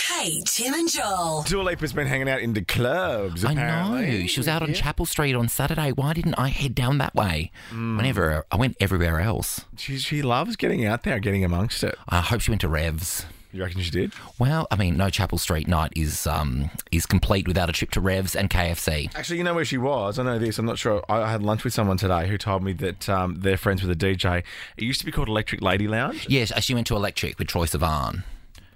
Hey, Tim and Joel. Dua Lipa's been hanging out in the clubs. I apparently. know. She was out on Chapel Street on Saturday. Why didn't I head down that way? Mm. Whenever I went everywhere else. She, she loves getting out there, getting amongst it. I hope she went to Revs. You reckon she did? Well, I mean, no Chapel Street night is um, is complete without a trip to Revs and KFC. Actually, you know where she was. I know this. I'm not sure. I I had lunch with someone today who told me that um, they're friends with a DJ. It used to be called Electric Lady Lounge. Yes, uh, she went to Electric with Troy Sivan.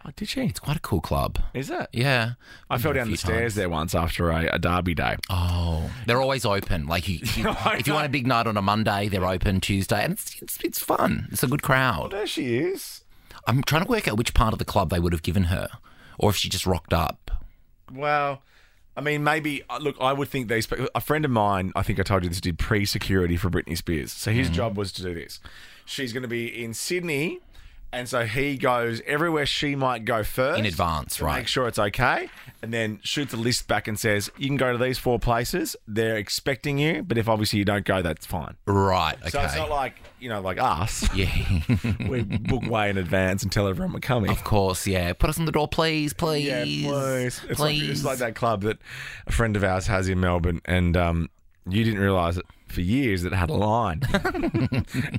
Oh, did she? It's quite a cool club. Is it? Yeah. I fell down the stairs there once after a, a derby day. Oh, they're always open. Like you, you- I if you want a big night on a Monday, they're open Tuesday, and it's, it's it's fun. It's a good crowd. There she is. I'm trying to work out which part of the club they would have given her, or if she just rocked up. Well, I mean, maybe uh, look. I would think these. A friend of mine, I think I told you this, did pre-security for Britney Spears. So his Mm-hmm. job was to do this. She's going to be in Sydney, and so he goes everywhere she might go first In advance, to right. Make sure it's okay, and then shoots a list back and says you can go to these four places. They're expecting you, but if obviously you don't go, that's fine. Right. Okay. So it's not like you know, like us. yeah. we book way in advance and tell everyone we're coming. Of course, yeah. Put us on the door, please, please. Yeah, please. It's, Like, it's Please. like that club that a friend of ours has in Melbourne, and um, you didn't realise it for years that it had a line,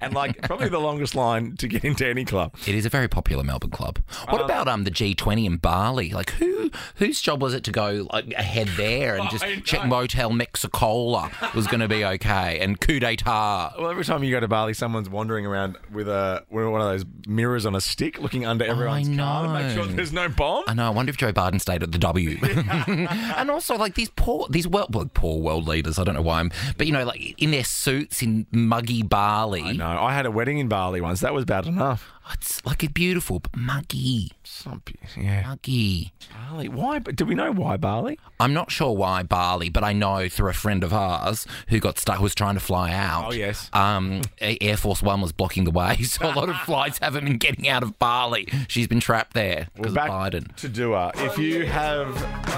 and like probably the longest line to get into any club. It is a very popular Melbourne club. What Uh, about um the G20 in Bali? Like who whose job was it to go like ahead there and just I check know. Motel Mexicola was going to be okay and coup d'état? Well, every time you go to Bali, someone's wandering around with a with one of those mirrors on a stick, looking under everyone's car to make sure know. there's no bomb. I know. I wonder if Joe Biden stayed at the W. and also, like these poor, these world, well, poor world leaders. I don't know why I'm, but you know, like in their suits in muggy Bali. No, I had a wedding in Bali once. That was bad enough. It's like it's beautiful, but muggy, Some pe- Yeah, muggy. Bali. Why? But do we know why Bali? I'm not sure why Bali, but I know through a friend of ours who got stuck, who was trying to fly out. Oh, yes. Um, A- Air Force One was blocking the way, so a lot of flights haven't been getting out of Bali. She's been trapped there We're because back of Biden. to Dua. If you have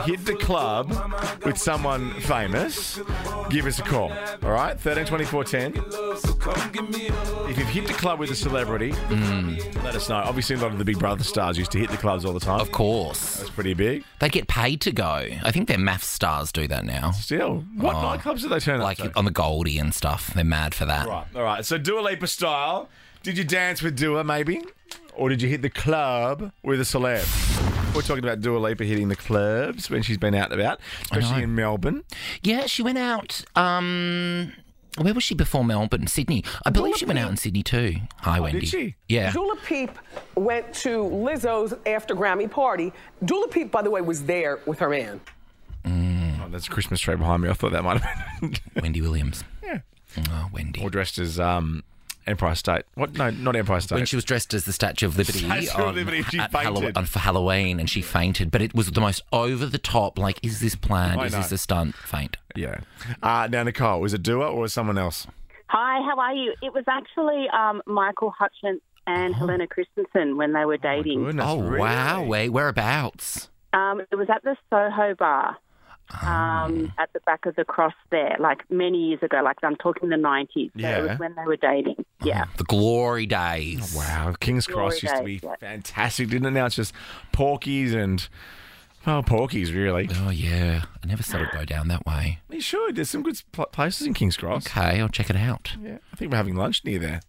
hit the club with someone famous, give us a call. All right, 13 24 10. If you've hit the club with a celebrity, let us know. Obviously, a lot of the Big Brother stars used to hit the clubs all the time. Mm. Of course. It's pretty big. They get paid to go. I think their math stars do that now. Still, what nightclubs do they turn Oh, Like up to? on the Goldie and stuff. They're mad for that. Right, all right. So Dua Lipa style. Did you dance with Dua maybe, or did you hit the club with a celeb? We're talking about Dua Lipa hitting the clubs when she's been out and about, especially in Melbourne. Yeah, she went out. Um, where was she before Melbourne? Sydney. I believe she went out in Sydney too. Hi, Wendy. Oh, she? Yeah. Dula Peep went to Lizzo's after Grammy party. Dula Peep, by the way, was there with her man. Oh, there's a Christmas tree behind me. I thought that might have been. Wendy Williams. Yeah. Oh, Wendy. All dressed as um, Empire State. What? No, not Empire State. when she was dressed as the Statue of Liberty, Statue of on, Liberty, she at Hallow- fainted. on- for Halloween, and she fainted. But it was the most over the top. Like, is this planned? I Is know. this a stunt? Faint. yeah. Uh, now, Nicole, was it Dua or was someone else? Hi, how are you? It was actually um, Michael Hutchins and Helena Christensen when they were dating. Oh. Goodness, oh really? wow! Wait, whereabouts? um, it was at the Soho Bar Ah. um, at the back of the cross there, like many years ago. Like I'm talking the 90s. So it Yeah. Uh-huh. was when they were dating. Yeah. The glory days. Oh, Wow. King's Glory Cross used to be days, yeah. fantastic, didn't it? Now it's just porkies and. Oh, porkies, really? Oh yeah, I never thought it'd go down that way. You should. There's some good pl- places in King's Cross. Okay, I'll check it out. Yeah, I think we're having lunch near there.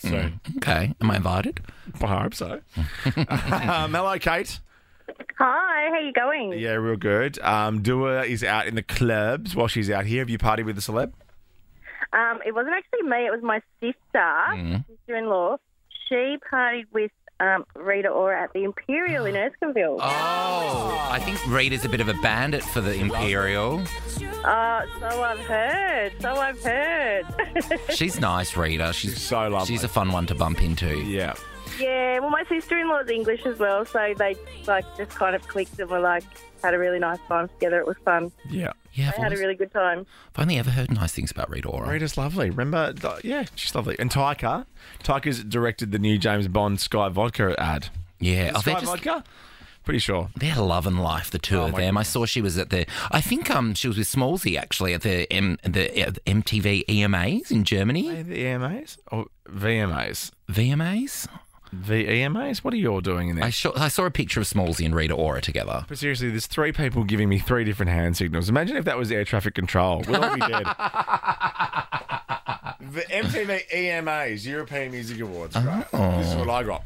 So, Okay, am I invited? I hope so. um, hello, Kate. Hi, how you going? Yeah, real good. Um, Dua is out in the clubs while she's out here. Have you partied with a celeb? Um, it wasn't actually me, it was my sister, Mm-hmm. sister in law. She partied with um, Rita Ora at the Imperial in Erskineville. Oh, I think Rita's a bit of a bandit for the Imperial. Uh, so I've heard, so I've heard. She's nice, Rita. She's, She's so lovely. She's a fun one to bump into. Yeah. yeah, well, my sister in law's English as well, so they like just kind of clicked and were like, had a really nice time together. It was fun. Yeah. Yeah, I've They had a always- really good time. I've only ever heard nice things about Rita Ora. Rita's lovely. Remember, th- yeah, she's lovely. And Tyker, Tyker's directed the new James Bond Sky Vodka ad. Yeah, oh, Sky they're just- Vodka? Pretty sure. They're loving life, the two of them. I saw she was at the. I think um she was with Smallsy actually at the M, the uh, MTV EMAs in Germany. Oh, The EMAs or VMAs? VMAs. the EMAs? E What are you all doing in there? I, sho- I saw a picture of Smallsy and Rita Ora together. But seriously, there's three people giving me three different hand signals. Imagine if that was air traffic control. We'd all be dead. the MTV EMAs, E European Music Awards, right? Oh. This is what I got.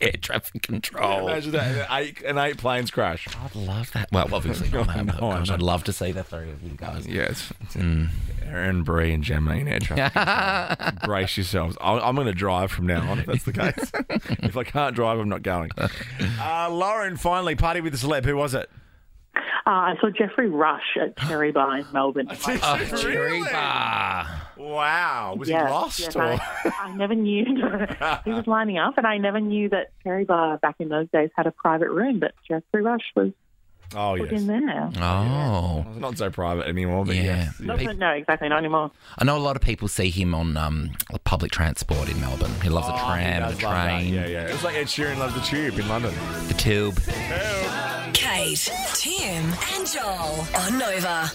Air traffic control. Imagine that. An eight, an eight planes crash. I'd love that. Well, obviously not that, but No, I gosh, know. I'd love to see the three of you guys. Yes. Mm. Aaron, Bree, and Gemma in air traffic control. Brace yourselves. I'll, I'm going to drive from now on if that's the case. if I can't drive, I'm not going. Uh, Lauren, finally, party with the celeb. Who was it? Uh, I saw Jeffrey Rush at Cherry Bar in Melbourne. Oh, Cherry bar. Wow. Was he lost? yes, or? I, I never knew he was lining up, and I never knew that Cherry Bar back in those days had a private room, but Jeffrey Rush was Oh, put yes. in there. Oh. Not so private anymore, but Yeah. yes. Not that- no, exactly, not anymore. I know a lot of people see him on um, public transport in Melbourne. He loves the tram, Oh, he and the does love that. train, Yeah, yeah. It's like Ed Sheeran loves the tube in London. the tube. Kate, Tim, and Joel on Nova.